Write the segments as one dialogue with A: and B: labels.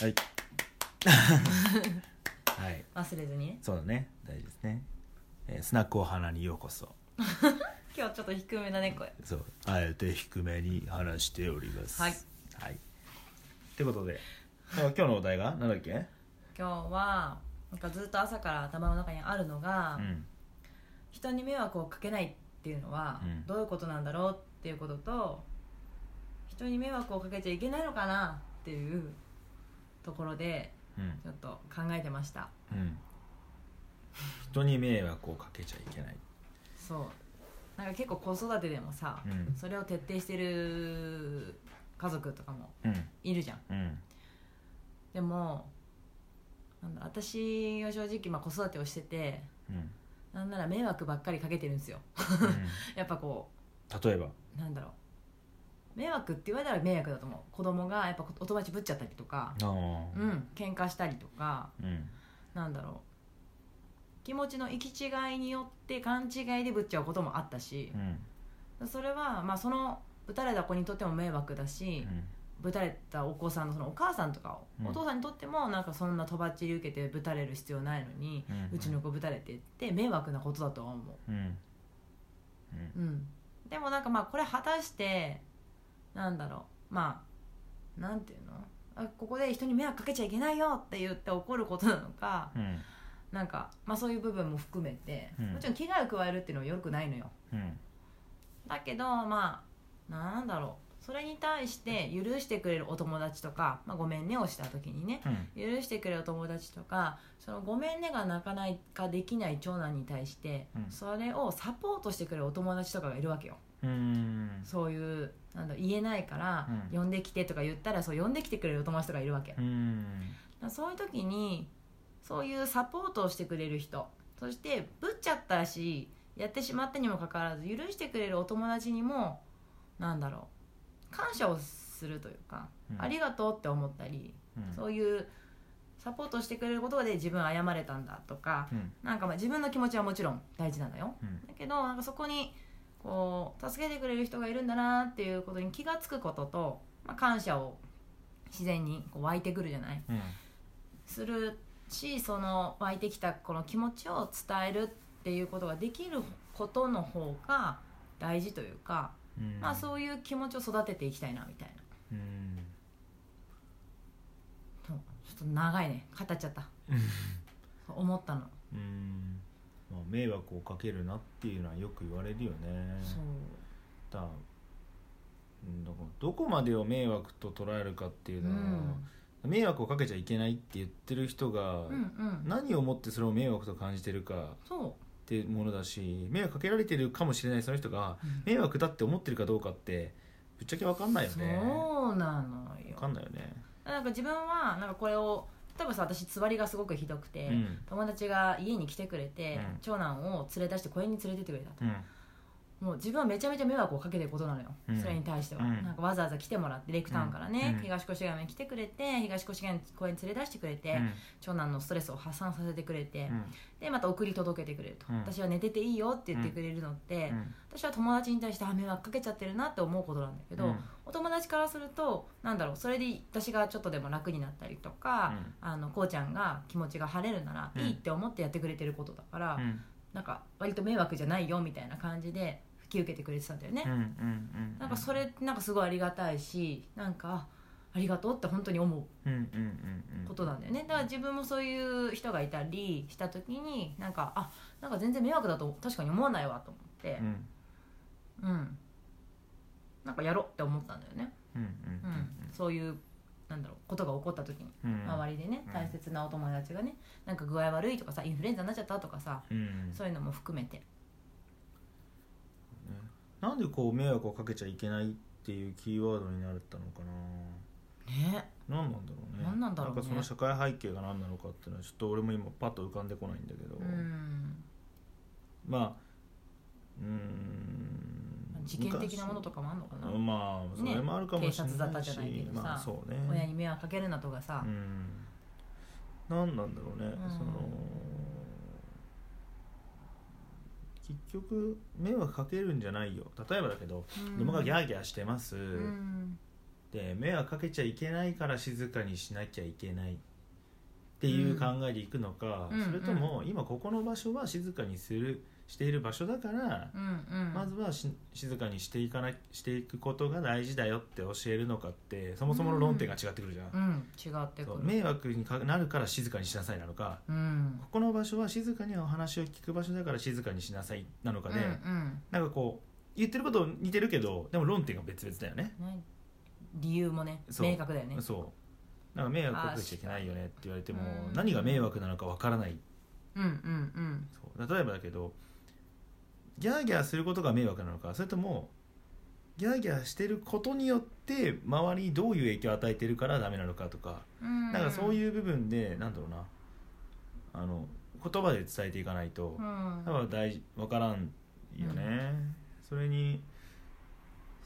A: はい はい
B: 忘れずにね
A: そうだね大事ですね、えースナックお花にようこそ
B: 今日ちょっと低めだね声
A: そうあえて低めに話しております
B: はい
A: はいってこと であ今日のお題がなんだっけ
B: 今日はなんかずっと朝から頭の中にあるのが、
A: うん
B: 人に迷惑をかけないっていうのは
A: うん
B: どういうことなんだろうっていうことと人に迷惑をかけちゃいけないのかなっていうところで
A: うん
B: ちょっと考えてました
A: うん人に迷惑をかけちゃいけない
B: そうなんか結構子育てでもさ、
A: うん
B: それを徹底してる家族とかも
A: うん
B: いるじゃん
A: うん
B: でもなんだ私は正直まあ子育てをしてて
A: うん、
B: なんなら迷惑ばっかりかけてるんですよ やっぱこ
A: 例えば
B: うなんだろう迷惑って言われたら迷惑だと思う子供がやっぱお友達ぶっちゃったりとか
A: ああ
B: うん喧嘩したりとか
A: うん
B: なんだろう気持ちの行き違いによって勘違いでぶっちゃうこともあったし
A: う、ん
B: それはまあそのぶたれた子にとっても迷惑だ
A: う
B: し、
A: ん
B: ぶたれたお子さんのそのお母さんとか
A: うん
B: をお父さんにとってもなんかそんなとばっちり受けてぶたれる必要ないのに、
A: うん
B: うちの子ぶたれてって迷惑なことだとは思
A: うん
B: う、うん、でもなんかまあこれ果たしてなんだろうまあなんていうのあここで人に迷惑かけちゃいけないよって言って怒ることなのか
A: うん
B: なんか、まあ、そういう部分も含めて、
A: うん
B: もちろん危害を加えるっていうのはよくないのよ
A: うん
B: だけどまあなんだろうそれに対して許してくれるお友達とか、まあ、ごめんねをした時にね
A: うん
B: 許してくれるお友達とかそのごめんねがなかなかできない長男に対して、
A: うん
B: それをサポートしてくれるお友達とかがいるわけよ
A: うん
B: そういうなんだろう言えないから、
A: うん
B: 呼んできてとか言ったらそう呼んできてくれるお友達とかいるわけ、だ
A: う
B: か
A: ん
B: らそういう時にそういうサポートをしてくれる人そしてぶっちゃったしやってしまったにもかかわらず許してくれるお友達にもなんだろう感謝をするというか、
A: うん
B: ありがとうって思ったりそういうサポートしてくれることで自分謝れたんだとか
A: うん
B: なんかまあ自分の気持ちはもちろん大事なのよ
A: うん
B: だけどなんかそこにこう助けてくれる人がいるんだなっていうことに気が付くことと、まあ、感謝を自然にこう湧いてくるじゃない
A: うん
B: するしその湧いてきたこの気持ちを伝えるっていうことができることの方が大事というか、
A: うん
B: まあ、そういう気持ちを育てていきたいなみたいな
A: うん
B: そうちょっと長いね語っちゃったそう思ったの。
A: うんまあ迷惑をかけるなっていうのはよく言われるよね
B: そう
A: だうんだからどこまでを迷惑と捉えるかっていうのは、迷惑をかけちゃいけないって言ってる人が、
B: うんうん
A: 何をもってそれを迷惑と感じてるか
B: そう
A: っていうものだし迷惑かけられてるかもしれないその人が迷惑だって思ってるかどうかってぶっちゃけ分かんないよね
B: そうなの
A: 分か
B: よ
A: んないよね
B: なんか自分はなんかこれを例えばさ私つわりがすごくひどくて、
A: うん
B: 友達が家に来てくれて、
A: うん
B: 長男を連れ出して公園に連れてってくれたと、
A: うん
B: もう自分はめちゃめちゃ迷惑をかけてることなのよ、
A: うん
B: それに対しては、
A: うん
B: なんかわざわざ来てもらってレイクタウンからね、
A: うん
B: 東越谷に来てくれて東越谷公園に連れ出してくれて、
A: うん
B: 長男のストレスを発散させてくれて、
A: うん
B: でまた送り届けてくれると、
A: うん
B: 私は寝てていいよって言ってくれるのって、私は友達に対してあ迷惑かけちゃってるなって思うことなんだけど、
A: うん
B: お友達からするとなんだろうそれで私がちょっとでも楽になったりとか、あのこうちゃんが気持ちが晴れるな
A: うん
B: らいいって思ってやってくれてることだから、
A: うんうん
B: なんか割と迷惑じゃないよみたいな感じで引き受けてくれてたんだよね、
A: うんうん
B: なんかそれってなんかすごいありがたいしなんかありがとうって本当に思
A: うんうんうんうん
B: うことなんだよねだから自分もそういう人がいたりした時になんかあなんか全然迷惑だと確かに思わないわと思って
A: うん
B: うん、なんかやろうって思ったんだよね
A: うん
B: うんそういうなんだろうことが起こった時に
A: うんうん
B: 周りでね
A: うん
B: 大切なお友達がねなんか具合悪いとかさインフルエンザになっちゃったとかさ
A: うん
B: そういうのも含めて
A: なんでこう迷惑をかけちゃいけないっていうキーワードになったのかな
B: ね
A: 何なんだろうね
B: 何なんだろうね
A: なんかその社会背景が何なのかっていうのはちょっと俺も今パッと浮かんでこないんだけど、
B: うん
A: まあうーん
B: 事件的なものとかもあんのかな
A: 昔まあそれもあるかもしれないし、
B: ね警察沙汰じゃないけどさ
A: まあそうね
B: 親に迷惑かけるなとかさ
A: うん何なんだろうね、
B: うん
A: その結局迷惑かけるんじゃないよ例えばだけど、
B: うん
A: 子供がギャーギャーしてます、
B: うん
A: で迷惑かけちゃいけないから静かにしなきゃいけないっていう考えでいくのか、
B: うん
A: それとも今ここの場所は静かにするしている場所だから、
B: うんうん
A: まずはし静かにしていかなしていくことが大事だよって教えるのかってそもそもの論点が違ってくるじゃん、
B: うん違ってく
A: そう
B: る
A: 迷惑にかなるから静かにしなさいなのか
B: うん
A: ここの場所は静かにお話を聞く場所だから静かにしなさいなのかで、
B: うん
A: なんかこう言ってること似てるけどでも論点が別々だよね、
B: うんね理由もね
A: そう
B: 明確だよね
A: そうなんか迷惑かけちゃいけないよねって言われても
B: 確かに
A: 何が迷惑なのかわからない
B: うんうん
A: そう例えばだけどギャーギャーすることが迷惑なのかそれともギャーギャーしてることによって周りにどういう影響を与えてるからダメなのかとか
B: うん
A: なんかそう
B: う
A: いう部分でなんだろうなあの言葉で伝えていかないと
B: うん
A: 多分大事分からんよね、
B: う
A: それに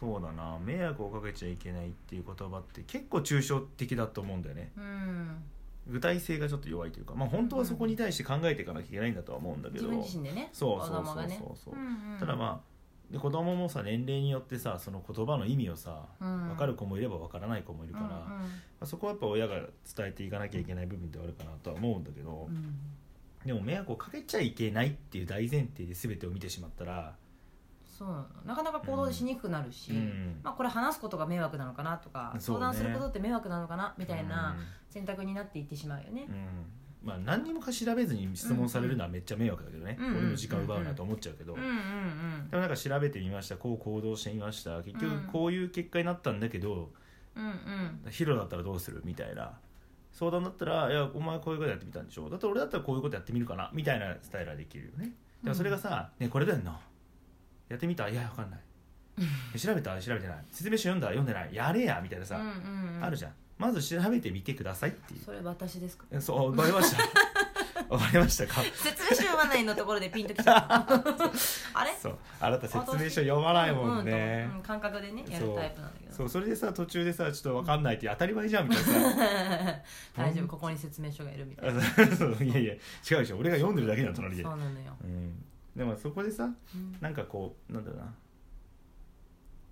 A: そうだな迷惑をかけちゃいけないっていう言葉って結構抽象的だと思うんだよね
B: うん
A: 具体性がちょっと弱いというかまあ本当はそこに対して考えていかなきゃいけないんだとは思うんだけ
B: 自
A: ど、
B: 分自身でね
A: そう
B: 子
A: そうそう
B: 供がね
A: そうそう
B: うんうん
A: ただまあで子供もさ年齢によってさその言葉の意味をさ
B: うん
A: 分かる子もいれば分からない子もいるから、まあ、そこはやっぱ親が伝えていかなきゃいけない部分ではあるかなとは思うんだけど、
B: うんうんうん
A: でも迷惑をかけちゃいけないっていう大前提で全てを見てしまったら、
B: そうなのなかなか行動しにくくなるし、
A: うん
B: まあ、これ話すことが迷惑なのかなとか、
A: そう
B: 相
A: ね
B: 談することって迷惑なのかなみたい
A: う
B: な
A: ん
B: 選択になっていってしまうよね
A: う。んまあ、何にもか調べずに質問されるのはめっちゃ迷惑だけどね、
B: うんうん
A: 俺の時間奪うなと思っちゃうけど、
B: うんうんうん
A: でもなんか調べてみましたこう行動してみました結局こういう結果になったんだけど、
B: うんうん
A: ヒロだったらどうするみたいな相談だったら「いやお前こういうことやってみたんでしょだって俺だったらこういうことやってみるかな」みたいなスタイルはできるよねでもそれがさ「ねこれだよなやってみたいやわかんない」え「調べた調べてない」「説明書読んだ読んでない」「やれや」みたいなさ、
B: うんうんうん
A: あるじゃんまず調べてみてくださいっていう
B: それ私ですか
A: えそうわかりま したわかりましたか
B: 説明書読まないのところでピンときちゃった あれ
A: そうあなた説明書読まないもんね、
B: うんうん感覚でねやるタイプなんだけど
A: そうそれでさ途中でさちょっとわかんないって当たり前じゃんみたいなさ
B: 大丈夫ここに説明書がいるみたいな
A: あ そういやいや違うでしょ俺が読んでるだけだ隣で
B: そうなのよ、
A: うんでもそこでさ
B: うん
A: なんかこうなんだろうな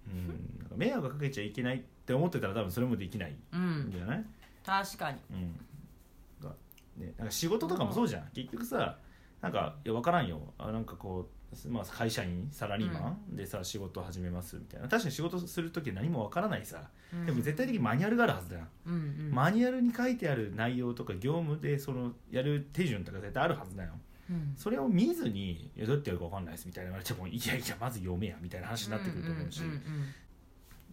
A: うんなんか迷惑かけちゃいけないって思ってたら多分それもできないん
B: うん、
A: じゃない、
B: 確かに
A: うんがね、なんか仕事とかもそうじゃん結局さなんかいや分からんよあなんかこう、まあ、会社員サラリーマンでさ、仕事を始めますみたいな確かに仕事する時何も分からないさ、
B: うん
A: でも絶対的にマニュアルがあるはずだよ、
B: うんうん
A: マニュアルに書いてある内容とか業務でそのやる手順とか絶対あるはずだよ、
B: うん
A: それを見ずに「いやどうやってやるか分かんないです」みたいな言われても「いやいやまず読めや」みたいな話になってくると思うし、
B: んんん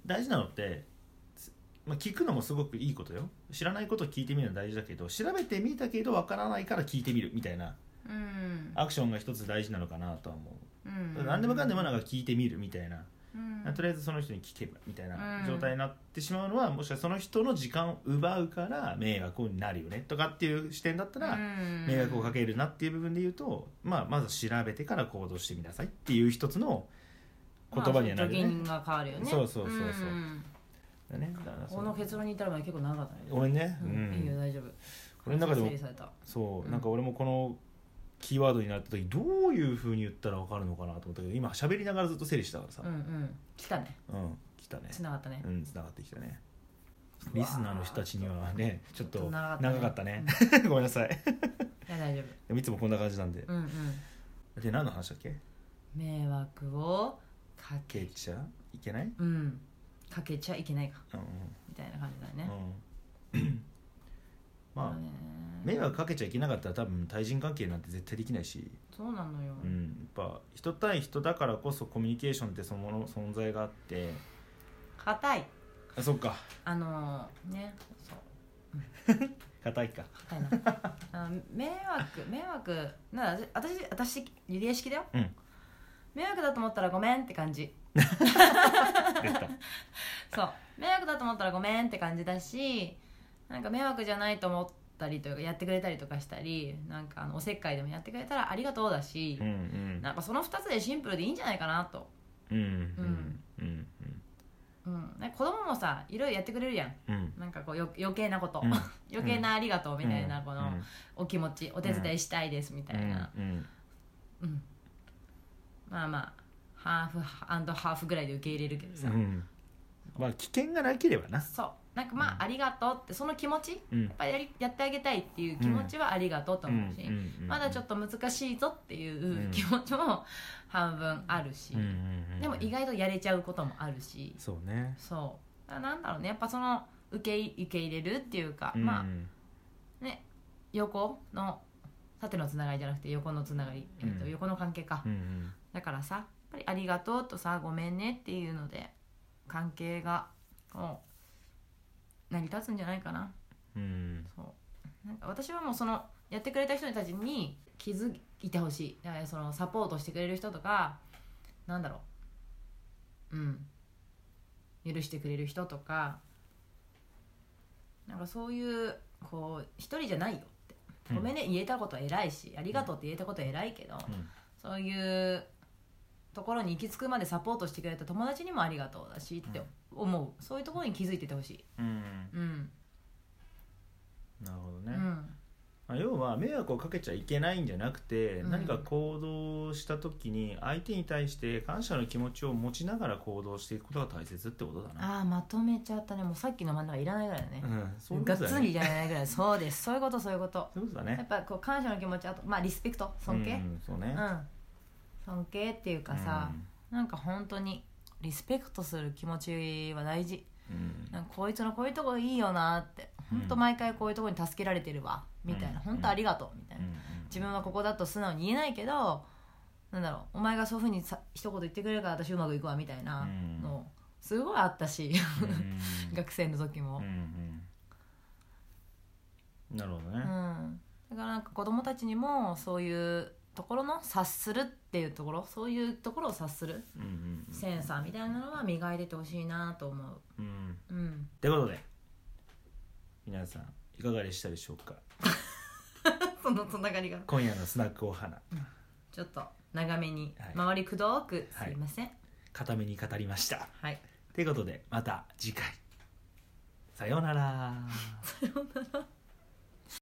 A: 大事なのって、つまあ、聞くのもすごくいいことよ知らないことを聞いてみるのは大事だけど調べてみたけど分からないから聞いてみるみたいな
B: うんうん
A: アクションが一つ大事なのかなとは思う、
B: うん
A: 何でもかんでもなんか聞いてみるみたいな、
B: うん
A: とりあえずその人に聞けばみたいな
B: うん
A: 状態になってしまうのは、もしかしたらその人の時間を奪うから迷惑になるよねとかっていう視点だったら、
B: うん
A: 迷惑をかけるなっていう部分で言うと、まあ、まず調べてから行動してみなさいっていう一つの言葉にはなるよね,、
B: まあ、助言が変わるよね
A: そうそうそうそうんだねだからそう
B: この結論に至るまで結構長かったね
A: 俺ね、うん
B: いいよ大丈夫
A: 俺の中でも
B: 整理された
A: そう、
B: うん
A: なんか俺もこのキーワードになった時どういうふうに言ったら分かるのかなと思ったけど今喋りながらずっと整理したからさ
B: うんうん来たね
A: うん、来たね
B: つながったね
A: うん繋がってきたねリスナーの人たちにはねちょっ
B: ちょっ
A: と
B: と長か
A: 長
B: ったね
A: かったね ごめんなさい
B: いや大丈
A: でもいつもこんな感じなんで
B: 夫うんうん
A: で何の話だっけ
B: 迷惑をか
A: け
B: け
A: ちゃいけない、
B: うんかけちゃいけないか
A: うんうん
B: みたいな感じだね
A: うんまあ
B: ね
A: 迷惑かけちゃいけなかったら多分対人関係なんて絶対できないし、
B: そうなのよ
A: うん、やっぱ人対人だからこそコミュニケーションってそのもの存在があって
B: 硬い
A: あそっか
B: あのーねそう
A: 硬いか
B: 硬いな あの迷惑迷惑なら私私リレー式だよ
A: うん
B: 迷惑だと思ったらごめんって感じ
A: 出 た
B: そう迷惑だと思ったらごめんって感じだしなんか迷惑じゃないと思ったりというかやってくれたりとかしたりなんかあのおせっかいでもやってくれたらありがとうだし
A: うんう、ん
B: なんかその2つでシンプルでいいんじゃないかなと、
A: うんうんうん
B: うん、なんか子供もさいろいろやってくれるやん
A: うんうん
B: なんかこうよ余計なこと、
A: うん
B: 余計なありがとうみたいな、
A: うん
B: このお気持ちお手伝いしたいですみたいな、
A: うんうん
B: うんまあまあハーフハーフぐらいで受け入れるけどさ、
A: うんまあ危険がなければな
B: そうなんかまあ、
A: うん
B: ありがとうってその気持ちや
A: うん
B: っぱりやりやってあげたいっていう気持ちはありがとうと思うし、まだちょっ
A: と、
B: と難しいぞっていううん気持ちも半分あるし、
A: うんうんうん
B: でも意外とやれちゃうこともあるし
A: そうね
B: そうだからなんだろうねやっぱその受けい受け入れるっていうか、ま
A: うん
B: あね横の縦のつながりじゃなくて横のつながり、えっと
A: うん
B: 横の関係か、
A: うんうん
B: だからさやっぱり「ありがとう」とさ「ごめんね」っていうので関係がこう成り立つんじゃないかな
A: うん
B: そうなんか私はもうそのやってくれた人たちに気づいてほしいだからそのサポートしてくれる人とかなんだろううん許してくれる人とかなんかそういうこう一人じゃないよって
A: うん
B: ごめんね言えたことは偉いしありがとうって言えたことは偉いけど、
A: うん
B: そういうところに行き着くまでサポートしてくれた友達にもありがとうだしって思う、そういうところに気づいててほしい
A: うん
B: うん
A: なるほど
B: う
A: ね、
B: ん
A: まあ要は迷惑をかけちゃいけないんじゃなくて、
B: うん
A: 何か行動した時に相手に対して感謝の気持ちを持ちながら行動していくことが大切ってことだな、
B: ああまとめちゃったねもうさっきの真ん中いらないぐらいだね
A: う、ん、そういうこ
B: がっ
A: とだ
B: つ
A: ね
B: りいらないぐらいそ うですそういうことそういうこと
A: そういうことだ
B: やっ
A: ね
B: ぱこう感謝の気持ちあとまあリスペクト尊敬
A: う、ん、そうね
B: うん、尊敬っていうかさ、なんか本当にリスペクトする気持ちは大事
A: うんうん
B: なんかこいつのこういうとこいいよなって本当
A: うん
B: 毎回こういうとこに助けられてるわみたい
A: うん
B: な本当ありがとうみたいな
A: うん
B: 自分はここだと素直に言えないけどなんだろうお前がそういうふうにさ一言言ってくれるから私うまくいくわみたいな
A: うん
B: のすごいあったし
A: うん
B: 学生の時
A: う
B: も
A: ん、うんなるほど
B: うん、だ
A: ね、
B: からなんか子供たちにもそういうところの察するっていうところそういうところを察する
A: うんうんうん
B: センサーみたいなのは磨いててほしいなと思う
A: うん
B: うん
A: ということで皆さんいかがでしたでしょうか
B: そのつながりが
A: 今夜のスナックお花
B: ちょっと長めに
A: はい
B: 周りくどく
A: は
B: す
A: い
B: いません
A: 固めに語りました
B: はい、
A: ということでまた次回さようなら
B: さようなら